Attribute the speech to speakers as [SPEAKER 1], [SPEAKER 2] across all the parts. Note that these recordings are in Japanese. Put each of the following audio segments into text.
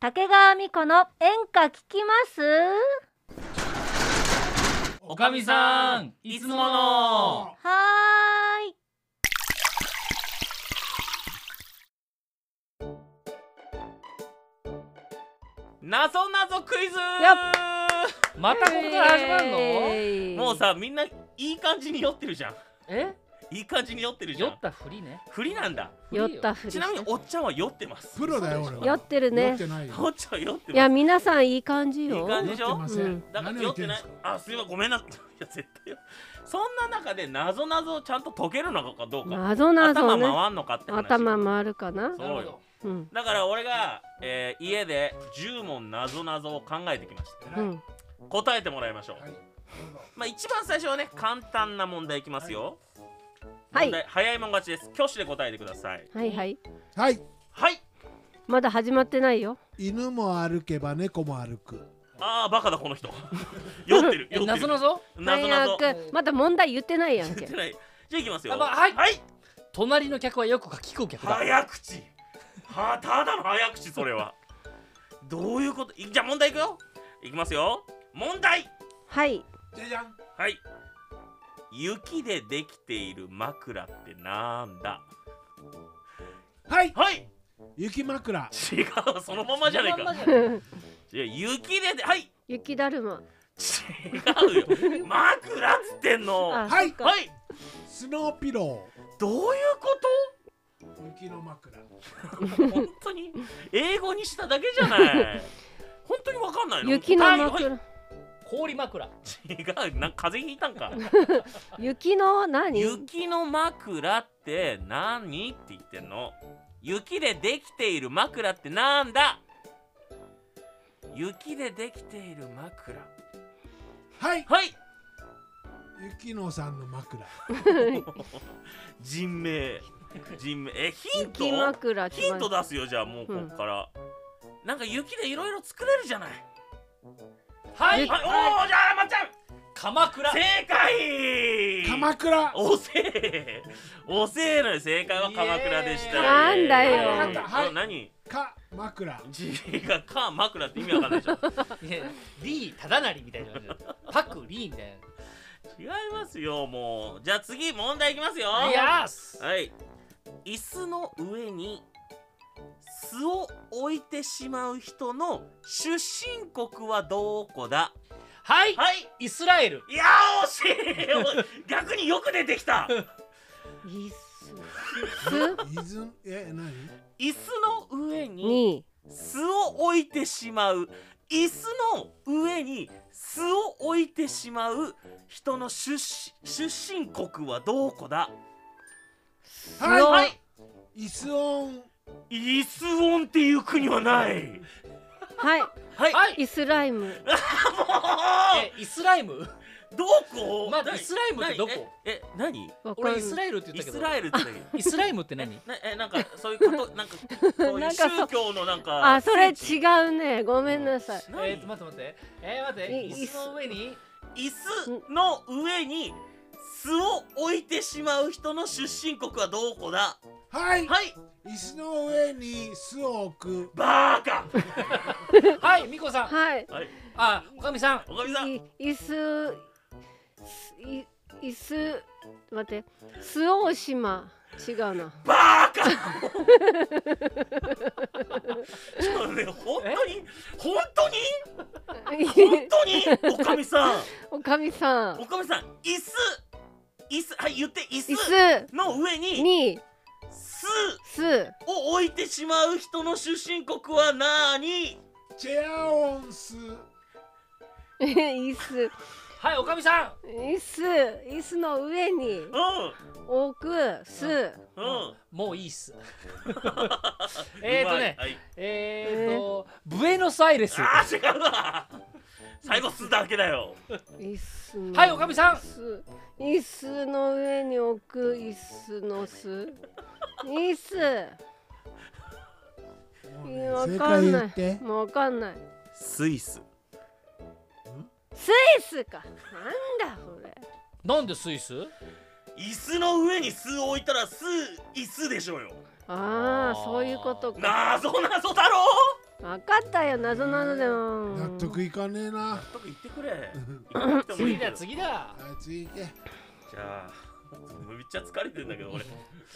[SPEAKER 1] 竹川美子の演歌聞きます
[SPEAKER 2] おかみさんいつもの
[SPEAKER 1] はーい
[SPEAKER 3] なぞなぞクイズ
[SPEAKER 2] やまたここから始まるの
[SPEAKER 1] る
[SPEAKER 3] もうさみんないい感じに酔ってるじゃん
[SPEAKER 2] え
[SPEAKER 3] いい感じに酔ってるじ
[SPEAKER 2] 酔
[SPEAKER 3] ゃ
[SPEAKER 2] っ
[SPEAKER 3] ん
[SPEAKER 2] たふりね
[SPEAKER 3] 振りなんだ
[SPEAKER 1] 酔ったふり
[SPEAKER 3] ちなみにおっちゃんは酔ってます
[SPEAKER 4] プロだよ俺は
[SPEAKER 1] 酔ってる
[SPEAKER 4] 酔
[SPEAKER 1] ね
[SPEAKER 4] ってないよ
[SPEAKER 3] おっちゃんは酔って
[SPEAKER 1] いや
[SPEAKER 3] ま
[SPEAKER 1] 皆さんいい感じ
[SPEAKER 3] すい
[SPEAKER 1] よ
[SPEAKER 3] い感じでし
[SPEAKER 4] 酔って
[SPEAKER 3] ょ
[SPEAKER 4] ませ
[SPEAKER 1] うんん
[SPEAKER 3] だから酔ってない
[SPEAKER 4] 何を言んですか
[SPEAKER 3] あすいませんごめんないや絶対よそんな中でなぞなぞをちゃんと解けるのかどうか
[SPEAKER 1] なぞなぞ
[SPEAKER 3] 頭
[SPEAKER 1] ね
[SPEAKER 3] 回んのかって話
[SPEAKER 1] 頭回るかな
[SPEAKER 3] そうよ
[SPEAKER 1] うん
[SPEAKER 3] だから俺が、えー家で10問なぞなぞを考えてきました
[SPEAKER 1] う
[SPEAKER 4] 偉い
[SPEAKER 1] ん
[SPEAKER 3] 答えてもらいましょう、
[SPEAKER 4] はい
[SPEAKER 3] まあ一番最初はね簡単な問題いきますよ、
[SPEAKER 1] は
[SPEAKER 3] 問
[SPEAKER 1] い
[SPEAKER 3] 題早いもん勝ちです挙手で答えてください
[SPEAKER 1] はいはい
[SPEAKER 4] はい
[SPEAKER 3] はい
[SPEAKER 1] まだ始まってないよ
[SPEAKER 4] 犬も歩けば猫も歩く
[SPEAKER 3] ああバカだこの 人酔ってる酔って
[SPEAKER 2] え
[SPEAKER 3] る
[SPEAKER 2] なぞなぞ
[SPEAKER 3] なぞな
[SPEAKER 1] 早
[SPEAKER 3] ぞ
[SPEAKER 1] くまだ問題言ってないやん
[SPEAKER 3] 言
[SPEAKER 1] け
[SPEAKER 3] ってない じゃあいきますよ
[SPEAKER 2] あまあはい
[SPEAKER 3] はい
[SPEAKER 2] 隣の客はよく聞く客だ
[SPEAKER 3] 早口はただの早口それはどういうこといじゃあ問題いくよいきますよ問題
[SPEAKER 1] はい
[SPEAKER 4] じゃじゃん
[SPEAKER 3] はい雪でできている枕ってなんだ
[SPEAKER 4] はい
[SPEAKER 3] はい
[SPEAKER 4] 雪枕
[SPEAKER 3] 違うそのままじゃねえか
[SPEAKER 2] そのまんまじゃない
[SPEAKER 3] いや雪でではい
[SPEAKER 1] 雪だるま
[SPEAKER 3] 違うよ 枕っつってんのは
[SPEAKER 1] あ
[SPEAKER 4] はい
[SPEAKER 1] そっか
[SPEAKER 3] い
[SPEAKER 4] スノーピロ
[SPEAKER 3] どういうこ
[SPEAKER 4] ー雪の枕
[SPEAKER 3] と本当に英語にしただけじゃ ない本当にわかんないの
[SPEAKER 1] 雪の
[SPEAKER 3] はいは
[SPEAKER 1] 枕
[SPEAKER 2] 氷枕
[SPEAKER 3] い違うなんか風邪ひいたんか
[SPEAKER 1] 雪の何
[SPEAKER 3] 雪の枕って何って言ってんの雪でできている枕ってなんだ雪でできている枕
[SPEAKER 4] はい
[SPEAKER 3] はい
[SPEAKER 4] 雪乃さんの枕
[SPEAKER 3] 人名人名えヒント
[SPEAKER 1] 雪枕って
[SPEAKER 3] ヒント出すよじゃあもうこっから、なんか雪でいろいろ作れるじゃない
[SPEAKER 2] は
[SPEAKER 3] は
[SPEAKER 2] い
[SPEAKER 3] い、
[SPEAKER 2] はい
[SPEAKER 3] おおじゃあまっちゃん
[SPEAKER 2] 鎌倉
[SPEAKER 3] 正解
[SPEAKER 4] 鎌倉
[SPEAKER 3] 遅え遅えのよ正解は鎌倉でした
[SPEAKER 1] なんだよ
[SPEAKER 3] えー
[SPEAKER 4] わかったはい
[SPEAKER 3] お何
[SPEAKER 4] か枕
[SPEAKER 3] 字が「か」「枕」って意味わかんないでしょ
[SPEAKER 2] いやリー忠成みたいな感じ だパクリーみたい
[SPEAKER 3] 違いますよもうじゃあ次問題いきますよ
[SPEAKER 2] なやーす
[SPEAKER 3] はい椅子の上に巣を置いてしまう人の出身国はどこだ
[SPEAKER 2] はい
[SPEAKER 3] はい
[SPEAKER 2] イスラエル
[SPEAKER 3] いやー惜しい逆によく出てきた
[SPEAKER 1] 椅子
[SPEAKER 4] 伊豆え何
[SPEAKER 3] 椅子の上に
[SPEAKER 1] に
[SPEAKER 3] 巣を置いてしまう椅子の上に巣を置いてしまう人の出身出身国はどこだ
[SPEAKER 4] はい
[SPEAKER 1] の
[SPEAKER 3] はい
[SPEAKER 4] イスオン
[SPEAKER 3] イスオンっていう国はない
[SPEAKER 1] はい
[SPEAKER 3] はい、
[SPEAKER 2] は
[SPEAKER 1] イスライム
[SPEAKER 3] も
[SPEAKER 2] えイスライム
[SPEAKER 3] うどこ
[SPEAKER 2] まあ
[SPEAKER 3] 何
[SPEAKER 2] イスラエムってどこ
[SPEAKER 3] 何ええ何
[SPEAKER 1] わかんな
[SPEAKER 2] 俺
[SPEAKER 1] い
[SPEAKER 2] イスラエルって
[SPEAKER 3] イ
[SPEAKER 2] 言ったけ
[SPEAKER 3] ス
[SPEAKER 2] ど
[SPEAKER 3] ラエルって何
[SPEAKER 2] イスライムって何
[SPEAKER 3] なえなんかそういうことなんかそうい
[SPEAKER 1] な
[SPEAKER 3] うん
[SPEAKER 1] かそう
[SPEAKER 3] 宗教のなんか
[SPEAKER 1] あそれ
[SPEAKER 3] 聖地
[SPEAKER 1] 違うねごめんなさい
[SPEAKER 3] 何
[SPEAKER 2] えー、と待って待ってえー、待って
[SPEAKER 1] い
[SPEAKER 2] 椅子の上に
[SPEAKER 3] 椅子の上に巣を置いてしまう人の出身国はどこだ
[SPEAKER 4] はい
[SPEAKER 3] はい
[SPEAKER 4] 椅子の上に巣を置く
[SPEAKER 3] バーカ
[SPEAKER 2] はいミコさん
[SPEAKER 1] はい
[SPEAKER 3] はい
[SPEAKER 2] あおかみさん
[SPEAKER 3] おかみさん
[SPEAKER 1] い椅子い椅子待って周防島違う な
[SPEAKER 3] バーカちょっとね本当に本当に本当におかみさん
[SPEAKER 1] おかみさん
[SPEAKER 3] おかみさん椅子椅子はい言って椅
[SPEAKER 1] 椅
[SPEAKER 3] 子
[SPEAKER 1] 子
[SPEAKER 3] の上に
[SPEAKER 1] に
[SPEAKER 3] 巣
[SPEAKER 1] す
[SPEAKER 3] を置いてしまう人の出身国は何
[SPEAKER 4] チェアオンス
[SPEAKER 1] 椅子
[SPEAKER 2] はいおかみさん
[SPEAKER 1] 椅子椅子の上に
[SPEAKER 3] う
[SPEAKER 1] 置くす
[SPEAKER 3] んうん
[SPEAKER 2] もういいっ すえ
[SPEAKER 3] う
[SPEAKER 2] ーとね
[SPEAKER 3] まいはい
[SPEAKER 2] えーとブエノスアイレス
[SPEAKER 3] あー違うわ最後すだけだよ
[SPEAKER 1] 椅子の
[SPEAKER 2] はいおかみさん
[SPEAKER 1] す椅子の上に置く椅子のす椅子
[SPEAKER 4] もう
[SPEAKER 1] い
[SPEAKER 4] ね
[SPEAKER 1] やわ
[SPEAKER 4] 正
[SPEAKER 1] か
[SPEAKER 4] 解
[SPEAKER 1] ん
[SPEAKER 4] 言
[SPEAKER 1] な
[SPEAKER 4] って
[SPEAKER 1] いもうわかんない
[SPEAKER 3] スイス
[SPEAKER 1] スイスかなんだこれ
[SPEAKER 2] なんでスイス
[SPEAKER 3] 椅子の上に巣を置いたら巣椅子でしょうよ
[SPEAKER 1] ああそういうことか
[SPEAKER 3] なぞなぞだろ
[SPEAKER 1] 分かったよ謎なのでも
[SPEAKER 4] 納得いかねえな。
[SPEAKER 3] とか言ってくれ。行かなくてもいい
[SPEAKER 2] 次
[SPEAKER 3] だ
[SPEAKER 2] だ
[SPEAKER 3] ろ
[SPEAKER 2] 次だ
[SPEAKER 4] あいつ行け。
[SPEAKER 3] じゃあ、めっちゃ疲れてんだけど俺。じ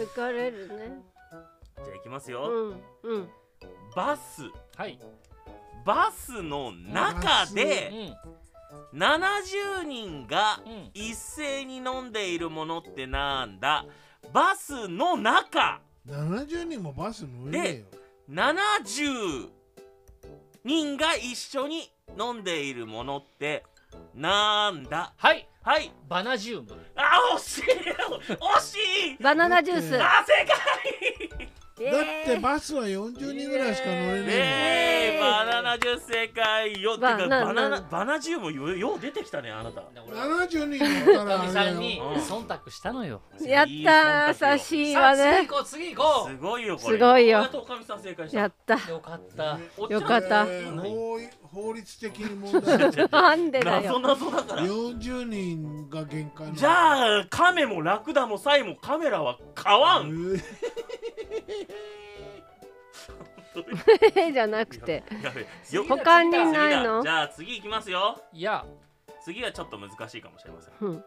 [SPEAKER 1] 疲れるね
[SPEAKER 3] ゃあ行きます
[SPEAKER 1] う
[SPEAKER 3] よ。
[SPEAKER 1] んうん
[SPEAKER 3] バス、
[SPEAKER 2] はい
[SPEAKER 3] バスの中
[SPEAKER 2] う
[SPEAKER 3] で
[SPEAKER 2] ん
[SPEAKER 3] 70人が
[SPEAKER 2] うん
[SPEAKER 3] 一斉に飲んでいるものってなんだバスの中
[SPEAKER 4] 70人もバス乗れねえよ。
[SPEAKER 3] 70人が一緒に飲んでいるものってなんだ
[SPEAKER 2] はい
[SPEAKER 3] はい
[SPEAKER 2] バナジウム
[SPEAKER 3] あ惜しい惜しい
[SPEAKER 1] バナナジュース
[SPEAKER 4] だ
[SPEAKER 3] あ正解
[SPEAKER 1] えー
[SPEAKER 4] だってバスは40人ぐらいしか乗れねえ
[SPEAKER 3] ねえバナナジュース正解よてか
[SPEAKER 1] バ
[SPEAKER 3] バ
[SPEAKER 1] ナ
[SPEAKER 3] ナナ
[SPEAKER 1] な
[SPEAKER 3] バナジウムよよう出てきたねあなた
[SPEAKER 4] も
[SPEAKER 2] 俺
[SPEAKER 4] ん。
[SPEAKER 2] は
[SPEAKER 4] 70人乗ったら
[SPEAKER 2] おみさ
[SPEAKER 4] あ
[SPEAKER 2] ん
[SPEAKER 4] れ
[SPEAKER 2] に
[SPEAKER 4] よ。
[SPEAKER 2] 忖度したのよ
[SPEAKER 1] やっ
[SPEAKER 3] いい
[SPEAKER 1] た
[SPEAKER 3] 忖度
[SPEAKER 1] ー
[SPEAKER 3] よ
[SPEAKER 1] 写真
[SPEAKER 2] さ
[SPEAKER 1] は
[SPEAKER 2] あ次
[SPEAKER 1] ね
[SPEAKER 2] 行こう次行こ
[SPEAKER 3] すごいよこれ
[SPEAKER 1] すごいよ
[SPEAKER 3] やっとおかみさん正解した
[SPEAKER 1] やった
[SPEAKER 2] うよかった
[SPEAKER 3] おっちゃん
[SPEAKER 1] よかった
[SPEAKER 4] これ
[SPEAKER 3] 何
[SPEAKER 4] 法法律的に問題だよ
[SPEAKER 1] なんでだ
[SPEAKER 3] 謎
[SPEAKER 1] よ
[SPEAKER 3] 謎だから
[SPEAKER 4] 40人が限界なの
[SPEAKER 3] じゃあカメもラクダもサイもカメラは買わん
[SPEAKER 4] うえ
[SPEAKER 1] じゃなくて
[SPEAKER 3] やべよ
[SPEAKER 2] 次だ
[SPEAKER 1] 他に
[SPEAKER 2] 次だ
[SPEAKER 1] ないの
[SPEAKER 3] じゃあ次行きますよ
[SPEAKER 2] いや
[SPEAKER 3] 次はちょっと難しいかもしれません
[SPEAKER 1] うん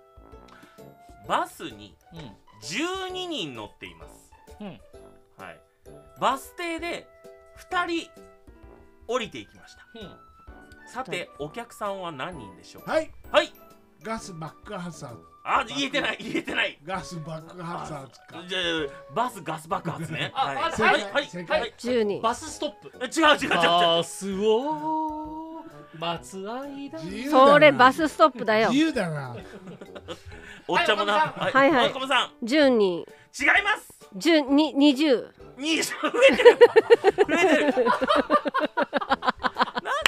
[SPEAKER 3] バスに
[SPEAKER 2] うん
[SPEAKER 3] 12人乗っています
[SPEAKER 2] うん
[SPEAKER 3] はいバス停で2人降りていきました
[SPEAKER 2] うん
[SPEAKER 3] さてお客さんは何人でしょう
[SPEAKER 4] はい
[SPEAKER 3] はい
[SPEAKER 4] ガス爆発さ
[SPEAKER 3] あ言えてない言えてない
[SPEAKER 4] ガス爆発さか
[SPEAKER 3] じゃあバスガス爆発ね
[SPEAKER 2] あ
[SPEAKER 3] はい
[SPEAKER 2] あ
[SPEAKER 4] 正
[SPEAKER 3] はい
[SPEAKER 4] 解
[SPEAKER 3] はい
[SPEAKER 4] 正
[SPEAKER 3] は
[SPEAKER 4] 解
[SPEAKER 3] い
[SPEAKER 1] 10人
[SPEAKER 2] バスストップ
[SPEAKER 3] 違う違う違う違う
[SPEAKER 2] バスを待つ間
[SPEAKER 4] 自
[SPEAKER 2] に
[SPEAKER 4] 由だな
[SPEAKER 1] それバスストップだよ
[SPEAKER 4] 自由だな
[SPEAKER 3] おっちゃんもな
[SPEAKER 2] はい
[SPEAKER 1] はいはい
[SPEAKER 3] おかみさん
[SPEAKER 1] 10人
[SPEAKER 3] 違います
[SPEAKER 1] 1020
[SPEAKER 3] に増えてる増えてるなん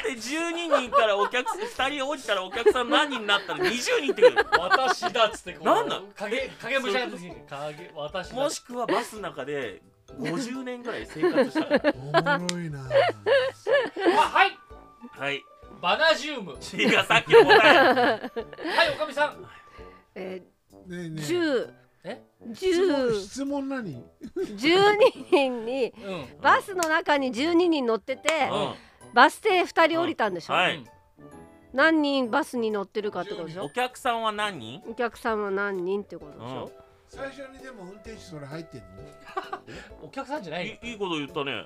[SPEAKER 3] で12人からお客さん2人落ちたらお客さん何人になったら20人ってくる
[SPEAKER 2] 私だっつってこう
[SPEAKER 3] なんなん
[SPEAKER 2] 影影武者が出てきて影私だ
[SPEAKER 3] もしくはバスの中で50年ぐらい生活したから
[SPEAKER 4] おもろいな
[SPEAKER 2] あはい
[SPEAKER 3] はい
[SPEAKER 2] バナジウムは
[SPEAKER 3] 違うさっきの答え
[SPEAKER 2] いおかみさん
[SPEAKER 1] え
[SPEAKER 4] ねえねえ
[SPEAKER 1] 10
[SPEAKER 2] え
[SPEAKER 4] 質問
[SPEAKER 1] 10
[SPEAKER 4] 質問何
[SPEAKER 1] 12人に
[SPEAKER 2] うんうん
[SPEAKER 1] バスの中に12人乗ってて
[SPEAKER 3] うん
[SPEAKER 1] バス停2人降りたんでしょ、
[SPEAKER 3] はい
[SPEAKER 1] 何人バスに乗ってるかってことでし
[SPEAKER 3] お
[SPEAKER 1] ょ
[SPEAKER 3] 客さんは何人
[SPEAKER 1] お客さんは何人ってことでしょ、
[SPEAKER 4] 最初にでも運転手それ入ってんの
[SPEAKER 2] お客さんじゃないよ
[SPEAKER 3] いいいこと言ったね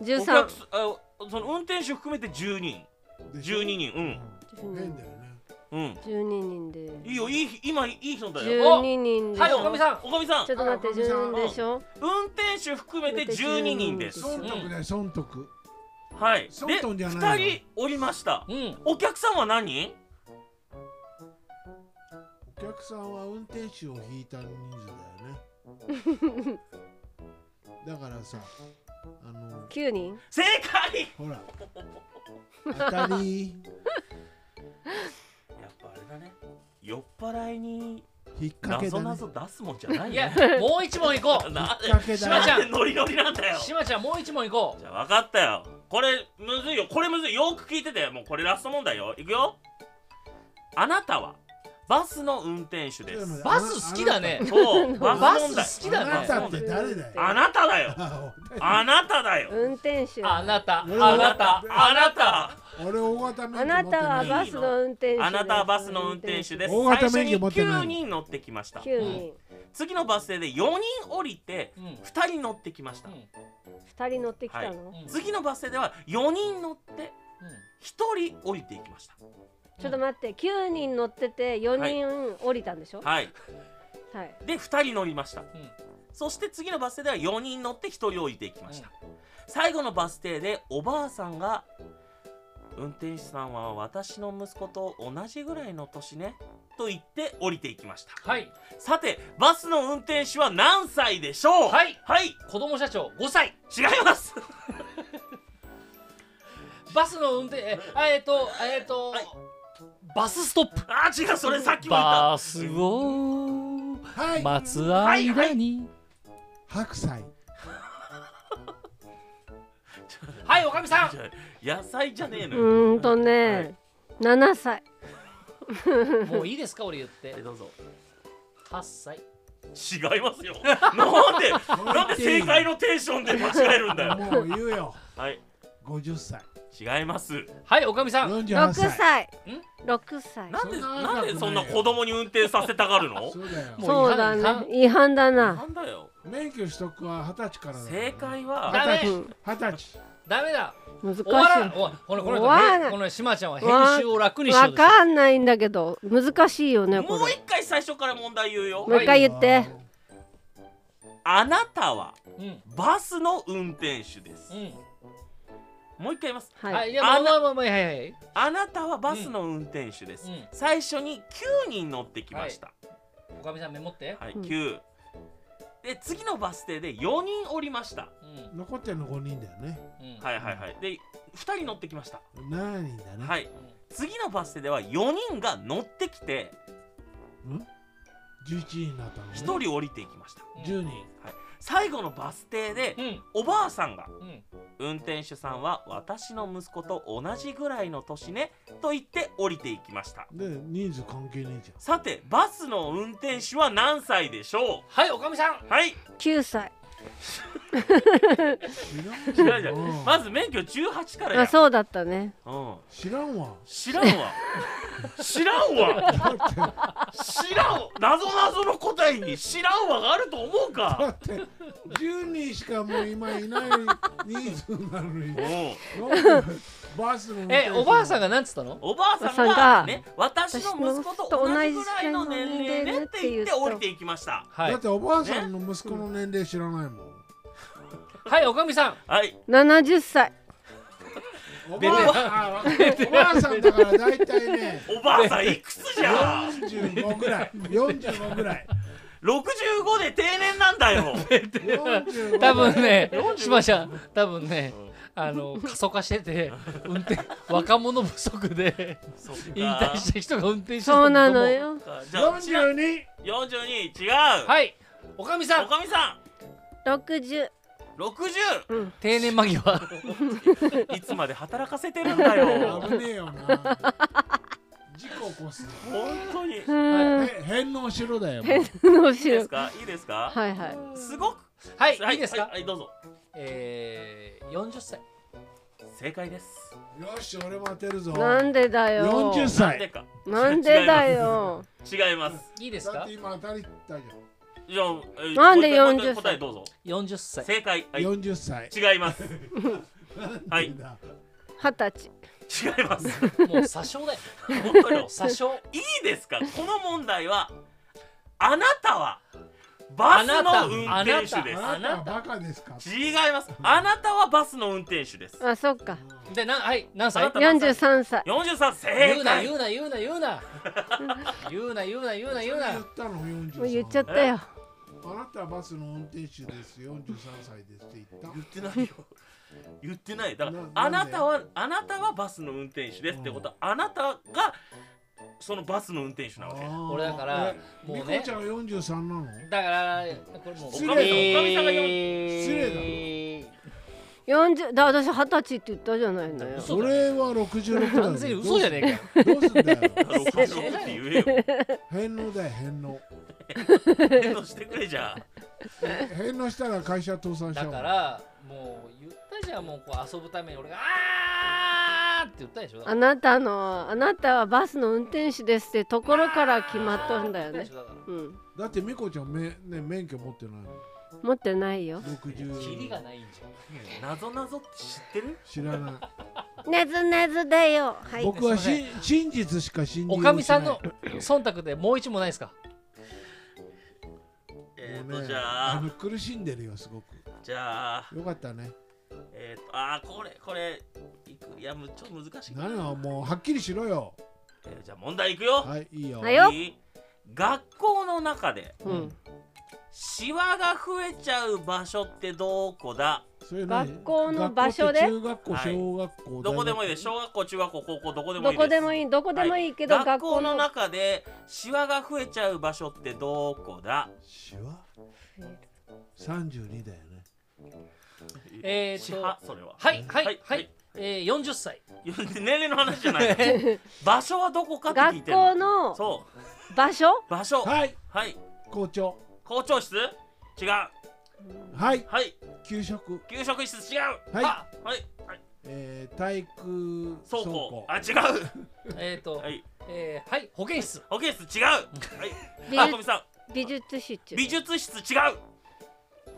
[SPEAKER 3] お
[SPEAKER 1] 13
[SPEAKER 3] 客さんあその運転手含めて10人
[SPEAKER 4] うん
[SPEAKER 3] 12人
[SPEAKER 4] う
[SPEAKER 1] うんん
[SPEAKER 4] 変だよね
[SPEAKER 3] うんうん
[SPEAKER 1] 12人で
[SPEAKER 3] いいよいい今いい人だよ
[SPEAKER 1] 12人でしょ
[SPEAKER 2] はいおかみさん
[SPEAKER 3] おかみさん
[SPEAKER 1] ちょっと待って12人でしょ
[SPEAKER 3] 運転手含めて12人です
[SPEAKER 4] 損得だよ損得
[SPEAKER 3] はい。で、
[SPEAKER 4] ソントンじゃないの
[SPEAKER 3] 二人おりました。
[SPEAKER 2] うん
[SPEAKER 3] お客さんは何人？
[SPEAKER 4] お客さんは運転手を引いた人数だよねだからさあの
[SPEAKER 1] 9人
[SPEAKER 3] 正解。
[SPEAKER 4] ほら当たり
[SPEAKER 3] やっぱあれだね。酔っ払いに
[SPEAKER 4] 引っ掛け
[SPEAKER 3] 謎
[SPEAKER 4] だね
[SPEAKER 3] 謎出すもんじゃない
[SPEAKER 2] い
[SPEAKER 3] ね
[SPEAKER 2] や。もう一問行こう
[SPEAKER 3] な
[SPEAKER 4] 引っ掛けだ
[SPEAKER 2] 島ちゃん
[SPEAKER 3] なんでノリノリなんだよ。
[SPEAKER 2] しまちゃんもう一問行こう
[SPEAKER 3] じゃあ分かったよ。これむずいよ。これむずい。よく聞いてて。もうこれラスト問題よ。いくよ。あなたはバスの運転手で
[SPEAKER 4] ちょっ
[SPEAKER 3] す
[SPEAKER 4] と。
[SPEAKER 2] バス好きだね
[SPEAKER 3] そう。
[SPEAKER 1] バ
[SPEAKER 3] バ
[SPEAKER 1] ス
[SPEAKER 3] ス問題。
[SPEAKER 2] 好き
[SPEAKER 4] あ
[SPEAKER 2] だ
[SPEAKER 4] な
[SPEAKER 2] ね
[SPEAKER 4] たって誰だよ
[SPEAKER 3] あなただよ。あなただよ。
[SPEAKER 1] 運転手
[SPEAKER 2] あ
[SPEAKER 1] あ
[SPEAKER 2] なたあ
[SPEAKER 4] 俺は
[SPEAKER 2] なた
[SPEAKER 3] あなた。
[SPEAKER 4] 俺大型免許持
[SPEAKER 1] な
[SPEAKER 4] って
[SPEAKER 1] たは
[SPEAKER 4] な
[SPEAKER 1] バ
[SPEAKER 4] い
[SPEAKER 1] スの運転手です
[SPEAKER 3] あなたはバスの運転手です。
[SPEAKER 4] 大
[SPEAKER 3] 最
[SPEAKER 4] 型
[SPEAKER 3] 初
[SPEAKER 4] 免
[SPEAKER 3] に
[SPEAKER 4] 許持ってない
[SPEAKER 3] 9人乗ってきました。
[SPEAKER 1] 9人
[SPEAKER 3] 次のバス停で4人降りて
[SPEAKER 2] うんうん
[SPEAKER 3] 2人乗ってきました、
[SPEAKER 1] 2人乗ってきたの、
[SPEAKER 2] うん
[SPEAKER 3] 次のバス停では4人乗って1人降りていきました
[SPEAKER 1] ちょっと待って9人乗ってて4人降りたんでしょ
[SPEAKER 3] はい
[SPEAKER 1] はい
[SPEAKER 3] で2人乗りました
[SPEAKER 2] うん
[SPEAKER 3] そして次のバス停では4人乗って1人降りていきました、最後のバス停でおばあさんが「運転手さんは私の息子と同じぐらいの年ね」と言って降りていきました
[SPEAKER 2] はい
[SPEAKER 3] さてバスの運転手は何歳でしょう
[SPEAKER 2] はい
[SPEAKER 3] はい
[SPEAKER 2] 子供社長5歳
[SPEAKER 3] 違います
[SPEAKER 2] バスの運転えあえっとえっと
[SPEAKER 3] はい
[SPEAKER 2] バスストップ
[SPEAKER 3] あー違うそれさっきも言った
[SPEAKER 2] バスを
[SPEAKER 4] はい
[SPEAKER 2] 待つ間に
[SPEAKER 4] 白菜
[SPEAKER 2] はいおかみさん
[SPEAKER 3] じゃあ野菜じゃねえ
[SPEAKER 1] う
[SPEAKER 3] のよ
[SPEAKER 1] ーんとね、7歳
[SPEAKER 2] もういいですか俺言って
[SPEAKER 3] はいどうぞ
[SPEAKER 2] 8歳
[SPEAKER 3] 違います よ なんでなんで正解のテンションで間違えるんだよ
[SPEAKER 4] もう言うよ
[SPEAKER 3] はい
[SPEAKER 4] 50歳
[SPEAKER 3] 違います
[SPEAKER 2] はいおかみさん
[SPEAKER 4] 48
[SPEAKER 1] 六
[SPEAKER 4] 歳
[SPEAKER 1] 歳六歳
[SPEAKER 3] なんで
[SPEAKER 4] そんな
[SPEAKER 3] なんでそんな子供に運転させたがるの
[SPEAKER 4] そうだよ
[SPEAKER 2] も
[SPEAKER 1] そうだね違反だ
[SPEAKER 3] な
[SPEAKER 1] なん
[SPEAKER 3] だよ
[SPEAKER 4] 免許取得は二十歳からだから
[SPEAKER 3] 正解は
[SPEAKER 2] ダメ
[SPEAKER 1] うん
[SPEAKER 4] 二十歳
[SPEAKER 2] ダメだ
[SPEAKER 1] 難し
[SPEAKER 2] 終わらん
[SPEAKER 1] い
[SPEAKER 2] おいこのこ
[SPEAKER 1] 終わらな
[SPEAKER 2] の
[SPEAKER 1] い
[SPEAKER 2] この島ちゃんは編集を楽にしよう
[SPEAKER 1] わ
[SPEAKER 2] として
[SPEAKER 1] かんないんだけど難しいよねこ
[SPEAKER 3] もう
[SPEAKER 1] れ
[SPEAKER 3] 一回最初から問題言うよ
[SPEAKER 1] もう一回言って
[SPEAKER 3] あなたは
[SPEAKER 2] るうん
[SPEAKER 3] バスの運転手です
[SPEAKER 2] うん
[SPEAKER 3] もう一回言います
[SPEAKER 2] は
[SPEAKER 1] はいい
[SPEAKER 2] いやまあ
[SPEAKER 3] あな
[SPEAKER 2] まあまあまあはいはい
[SPEAKER 3] あなたはバスの運転手です、
[SPEAKER 2] うん
[SPEAKER 3] 最初に9人乗ってきました
[SPEAKER 2] おかみさんメモって
[SPEAKER 3] はい、
[SPEAKER 1] うん
[SPEAKER 3] 9で次のバス停で4人降りました
[SPEAKER 2] うん
[SPEAKER 4] 残ってるの五人だよね
[SPEAKER 2] うん
[SPEAKER 3] はいはいはいで2人乗ってきました
[SPEAKER 4] 7人だね
[SPEAKER 3] はい次のバス停では4人が乗ってきて
[SPEAKER 4] うん11人になったのね
[SPEAKER 3] 1人降りていきました
[SPEAKER 4] 10人
[SPEAKER 3] 最後のバス停で
[SPEAKER 2] うん
[SPEAKER 3] おばあさんが
[SPEAKER 2] うん
[SPEAKER 3] 運転手さんは私の息子と同じぐらいの年ねと言って降りていきました
[SPEAKER 4] で人数関係ねえじゃ
[SPEAKER 3] さてバスの運転手は何歳でしょ
[SPEAKER 2] はいおかみさん
[SPEAKER 3] うはい
[SPEAKER 1] 九歳
[SPEAKER 3] 違う
[SPEAKER 4] ん知らん
[SPEAKER 3] 違う
[SPEAKER 4] わ
[SPEAKER 3] まず免許18から
[SPEAKER 1] あ
[SPEAKER 3] や
[SPEAKER 1] そうだったね
[SPEAKER 3] うん
[SPEAKER 4] 知らんわ
[SPEAKER 3] 知らん わ知らんわ
[SPEAKER 4] だってだ
[SPEAKER 3] 知らん謎謎の答えに知らんわがあると思うか
[SPEAKER 4] って10人しかもう今いない人数なのに
[SPEAKER 3] う
[SPEAKER 4] なん
[SPEAKER 3] ん
[SPEAKER 4] かバスの運転手
[SPEAKER 2] えおばあさんがなんつったの
[SPEAKER 3] おばあさん
[SPEAKER 1] おばあさ
[SPEAKER 3] が
[SPEAKER 1] んが
[SPEAKER 3] ね私の息子と同じぐらいの年齢ねって言って降りていきました
[SPEAKER 2] はい
[SPEAKER 4] だっておばあさんの息子の年齢知らないもん
[SPEAKER 2] はいおかみさん
[SPEAKER 3] はい
[SPEAKER 1] 七十歳
[SPEAKER 4] おばああおばあさんだから大体ね
[SPEAKER 3] おばあさんいくつじゃん
[SPEAKER 4] 45ぐらい45ぐらい
[SPEAKER 3] 65で定年なんだよ
[SPEAKER 4] 45
[SPEAKER 2] 多分ね島ちゃん多分ねあの過疎化してて運転若者不足で
[SPEAKER 3] そっか
[SPEAKER 2] 引退した人が運転してたんだ
[SPEAKER 1] そうな
[SPEAKER 2] と思
[SPEAKER 1] のよ
[SPEAKER 3] じゃあ違う
[SPEAKER 4] 42
[SPEAKER 3] 42違う
[SPEAKER 2] はいおかみさ
[SPEAKER 3] お
[SPEAKER 2] ん
[SPEAKER 3] かみさ
[SPEAKER 1] 六十
[SPEAKER 3] ん60
[SPEAKER 1] うん
[SPEAKER 2] 定年間際
[SPEAKER 3] いつまで働かせてるんだよ
[SPEAKER 4] 危ねえよな事故起こす
[SPEAKER 3] 本当にいいう
[SPEAKER 4] の
[SPEAKER 1] ーん
[SPEAKER 4] へ返納しろだよ
[SPEAKER 1] 面白
[SPEAKER 3] で
[SPEAKER 1] い
[SPEAKER 3] すかいいですか
[SPEAKER 1] はいはい
[SPEAKER 3] すごく
[SPEAKER 2] はい、いいですか、
[SPEAKER 3] はいはいどうぞ
[SPEAKER 2] えー、40歳
[SPEAKER 3] 正解です
[SPEAKER 4] よし俺も当てるぞ
[SPEAKER 1] なんでだよ
[SPEAKER 4] 40
[SPEAKER 3] なんで
[SPEAKER 4] 歳
[SPEAKER 3] か
[SPEAKER 1] なんでだよ
[SPEAKER 3] 違います
[SPEAKER 2] いいです
[SPEAKER 4] だっ
[SPEAKER 2] か
[SPEAKER 4] て今当たりたじ
[SPEAKER 3] じゃあえー
[SPEAKER 1] なんで
[SPEAKER 3] もう一回
[SPEAKER 1] 40歳
[SPEAKER 3] 答えどうぞ
[SPEAKER 2] 40歳
[SPEAKER 3] 正解
[SPEAKER 4] ゃ
[SPEAKER 3] は
[SPEAKER 4] ん
[SPEAKER 3] い
[SPEAKER 4] 40歳
[SPEAKER 3] 違います はい
[SPEAKER 4] なんでだ
[SPEAKER 1] 二十歳
[SPEAKER 3] 違います
[SPEAKER 2] もう詐称だよ
[SPEAKER 3] 本当よ
[SPEAKER 2] 詐称
[SPEAKER 3] いいですかこの問題はあなたはバスの運転手で
[SPEAKER 2] あ
[SPEAKER 4] あな
[SPEAKER 2] あな
[SPEAKER 4] たバカですか
[SPEAKER 3] す違いますあなたはバスの運転手です
[SPEAKER 1] あそっか
[SPEAKER 2] でなはい何
[SPEAKER 3] あな
[SPEAKER 2] 歳
[SPEAKER 3] た
[SPEAKER 1] 四十三歳
[SPEAKER 3] 43
[SPEAKER 2] 言
[SPEAKER 3] 正
[SPEAKER 2] うな
[SPEAKER 3] 解
[SPEAKER 2] 言うな言うな言うな言うな言うな言うな言う
[SPEAKER 4] 言っ
[SPEAKER 2] な
[SPEAKER 4] たの
[SPEAKER 1] もう
[SPEAKER 4] 43
[SPEAKER 1] 言っちゃったよ
[SPEAKER 4] あなたはバスの運転手です43歳ですって言った
[SPEAKER 3] 言ってないよ言ってないだから
[SPEAKER 4] な
[SPEAKER 3] あなたはあなたはバスの運転手ですってことはあなたがそのバスの運転手なわけ
[SPEAKER 2] 俺だからもう
[SPEAKER 4] み
[SPEAKER 2] ね
[SPEAKER 4] こちゃんは43なの
[SPEAKER 2] だからこれもう
[SPEAKER 4] 失礼だ
[SPEAKER 3] おかみさんが四
[SPEAKER 4] 失
[SPEAKER 2] 礼
[SPEAKER 1] 四十だ私二十歳って言ったじゃないのよ
[SPEAKER 2] 嘘
[SPEAKER 4] それは66だよ
[SPEAKER 2] 完全に嘘じゃねえかよ
[SPEAKER 4] えかどうすんだよ
[SPEAKER 3] 66って言
[SPEAKER 4] 返納だよ返納
[SPEAKER 3] えよ返納してくれじゃあ
[SPEAKER 4] 返納したら会社倒産しち
[SPEAKER 2] だ
[SPEAKER 4] ゃうもん
[SPEAKER 2] からもう言ったじゃんもうこう遊ぶために俺があーって言ったでしょ
[SPEAKER 1] あなたのあなたはバスの運転手ですってところから決まっとるんだよ
[SPEAKER 2] 言っ
[SPEAKER 1] ね
[SPEAKER 2] たでしょだから
[SPEAKER 1] うん
[SPEAKER 4] だってみこちゃんめ、ね、免許持ってないの
[SPEAKER 1] 持ってないよ
[SPEAKER 2] キリ
[SPEAKER 4] 60
[SPEAKER 2] がないんじゃん
[SPEAKER 3] 謎謎って知ってる
[SPEAKER 4] 知らない、
[SPEAKER 1] ねずねずだよは
[SPEAKER 4] 僕はし真実しか信じよ
[SPEAKER 2] お
[SPEAKER 4] う
[SPEAKER 2] かみさん
[SPEAKER 4] し
[SPEAKER 2] の忖度でもう一問ないですか
[SPEAKER 4] ない
[SPEAKER 3] えっ
[SPEAKER 4] もう
[SPEAKER 3] と
[SPEAKER 4] ね
[SPEAKER 3] じゃ
[SPEAKER 4] あ
[SPEAKER 3] あ
[SPEAKER 4] の苦しんでるよすごく
[SPEAKER 3] じゃあ
[SPEAKER 4] よかったね
[SPEAKER 3] えっとあーこれこれいくいやむちょっと難しい
[SPEAKER 4] 何はもうはっきりしろよ
[SPEAKER 3] えーじゃあ問題いくよ
[SPEAKER 4] はいいいよ
[SPEAKER 1] はいよ
[SPEAKER 3] いい学校の中で
[SPEAKER 1] うん
[SPEAKER 3] シワが増えちゃう場所ってどこだ
[SPEAKER 4] それ何
[SPEAKER 1] 学校の場所で
[SPEAKER 4] 学校って中学校、
[SPEAKER 3] はい
[SPEAKER 4] 小学校
[SPEAKER 3] どこでもいい
[SPEAKER 4] い
[SPEAKER 3] です小学校中学校高校どこ
[SPEAKER 1] ど
[SPEAKER 3] でもいいです
[SPEAKER 1] こでもいいどこでもいいけど
[SPEAKER 3] 学
[SPEAKER 1] 学
[SPEAKER 3] 校
[SPEAKER 1] 校
[SPEAKER 3] の
[SPEAKER 1] の
[SPEAKER 3] 中でシワが増えちゃう場所ってどこだ
[SPEAKER 4] しわ32だよね
[SPEAKER 2] えーと
[SPEAKER 3] シワそれは
[SPEAKER 2] はいは
[SPEAKER 3] は
[SPEAKER 2] いはいい、
[SPEAKER 3] はい
[SPEAKER 2] えー、40歳
[SPEAKER 3] いや年齢の話じゃない 場所はどこかって聞い
[SPEAKER 1] 学
[SPEAKER 3] てるの
[SPEAKER 1] 校の
[SPEAKER 3] そう
[SPEAKER 1] 場所
[SPEAKER 3] 場所はい、
[SPEAKER 4] はい校長
[SPEAKER 3] 校長室違う
[SPEAKER 4] はい
[SPEAKER 3] はい
[SPEAKER 4] 給食
[SPEAKER 3] 給食室違う
[SPEAKER 4] はい
[SPEAKER 2] あ
[SPEAKER 3] はいはい
[SPEAKER 4] えー、体育
[SPEAKER 3] 倉
[SPEAKER 4] 倉
[SPEAKER 3] 庫
[SPEAKER 4] 庫
[SPEAKER 3] あ違う
[SPEAKER 2] えっ、ー、と、
[SPEAKER 3] はい
[SPEAKER 2] えー、はい、保健室。
[SPEAKER 3] 保健室違うはい
[SPEAKER 1] 美
[SPEAKER 3] あこみ
[SPEAKER 1] 術
[SPEAKER 3] さ
[SPEAKER 1] 美術室
[SPEAKER 3] ん美術室違う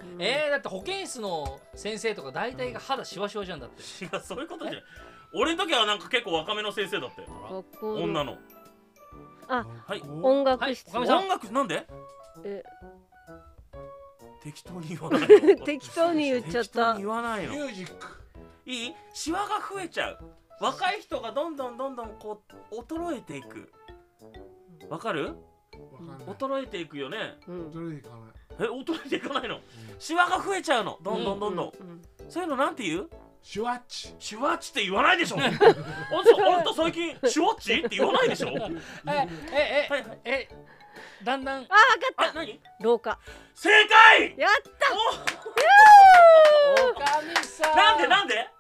[SPEAKER 1] うん
[SPEAKER 2] えー、だって保健室の先生とか大体が肌シワシワじゃんだって。
[SPEAKER 3] 違うそういうことじゃない俺の時はなんか結構若めの先生だったよ
[SPEAKER 1] 学校の
[SPEAKER 3] 女の
[SPEAKER 1] あ
[SPEAKER 3] はい
[SPEAKER 4] お
[SPEAKER 1] 音楽室、
[SPEAKER 2] はいおかみさん
[SPEAKER 3] 音楽なんで
[SPEAKER 1] え
[SPEAKER 3] 適当に言わない
[SPEAKER 1] 適当に言っちゃっ
[SPEAKER 3] 適当
[SPEAKER 1] た
[SPEAKER 3] に言わない
[SPEAKER 4] ミ
[SPEAKER 3] の
[SPEAKER 4] ュージック
[SPEAKER 3] いいシワが増えちゃう若い人がどんどんどんどんこう衰えていくわかる
[SPEAKER 4] わかんない
[SPEAKER 3] 衰えていくよね
[SPEAKER 1] うん
[SPEAKER 4] どれでいかない
[SPEAKER 3] え衰えていかないのシワが増えちゃうのどんどんどんどん、
[SPEAKER 1] うん
[SPEAKER 3] そういうのなんて言う
[SPEAKER 4] シュワッチ
[SPEAKER 3] シュワッチって言わないでしょあんたあんた最近シュワッチって言わないでし ょはい
[SPEAKER 2] え、え、
[SPEAKER 3] はい
[SPEAKER 2] え、え、だんだん。
[SPEAKER 1] あわか
[SPEAKER 3] あ
[SPEAKER 1] っ
[SPEAKER 3] 何
[SPEAKER 1] た廊下
[SPEAKER 3] 正解
[SPEAKER 1] やった
[SPEAKER 2] おかみさん。
[SPEAKER 3] なんでなんで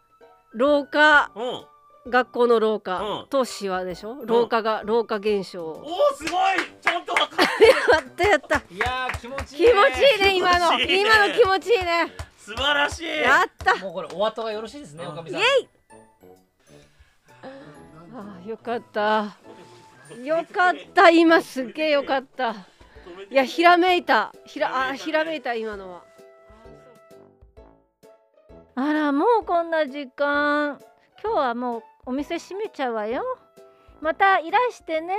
[SPEAKER 1] 廊下
[SPEAKER 3] うんお
[SPEAKER 1] 学校の廊下、
[SPEAKER 3] うん
[SPEAKER 1] とシワでしょ廊下が廊下現象を
[SPEAKER 3] おすごいちゃんとわかる
[SPEAKER 1] やったやった
[SPEAKER 2] いやー、気持ちいい、
[SPEAKER 1] 気持ちい
[SPEAKER 2] ね。
[SPEAKER 1] いね今の
[SPEAKER 3] 気持ちいいね
[SPEAKER 1] 今の気持ちいいね
[SPEAKER 3] 素晴らしい
[SPEAKER 1] やった
[SPEAKER 2] もうこれ、お後がよろしいですね、おかみ
[SPEAKER 1] イ
[SPEAKER 2] さ
[SPEAKER 1] エ
[SPEAKER 2] ん。
[SPEAKER 1] イあーよかったよかった今すっげえよかったいやひらめいたひらあひらめいた今のは
[SPEAKER 5] あらもうこんな時間今日はもうお店閉めちゃうわよまたいらしてね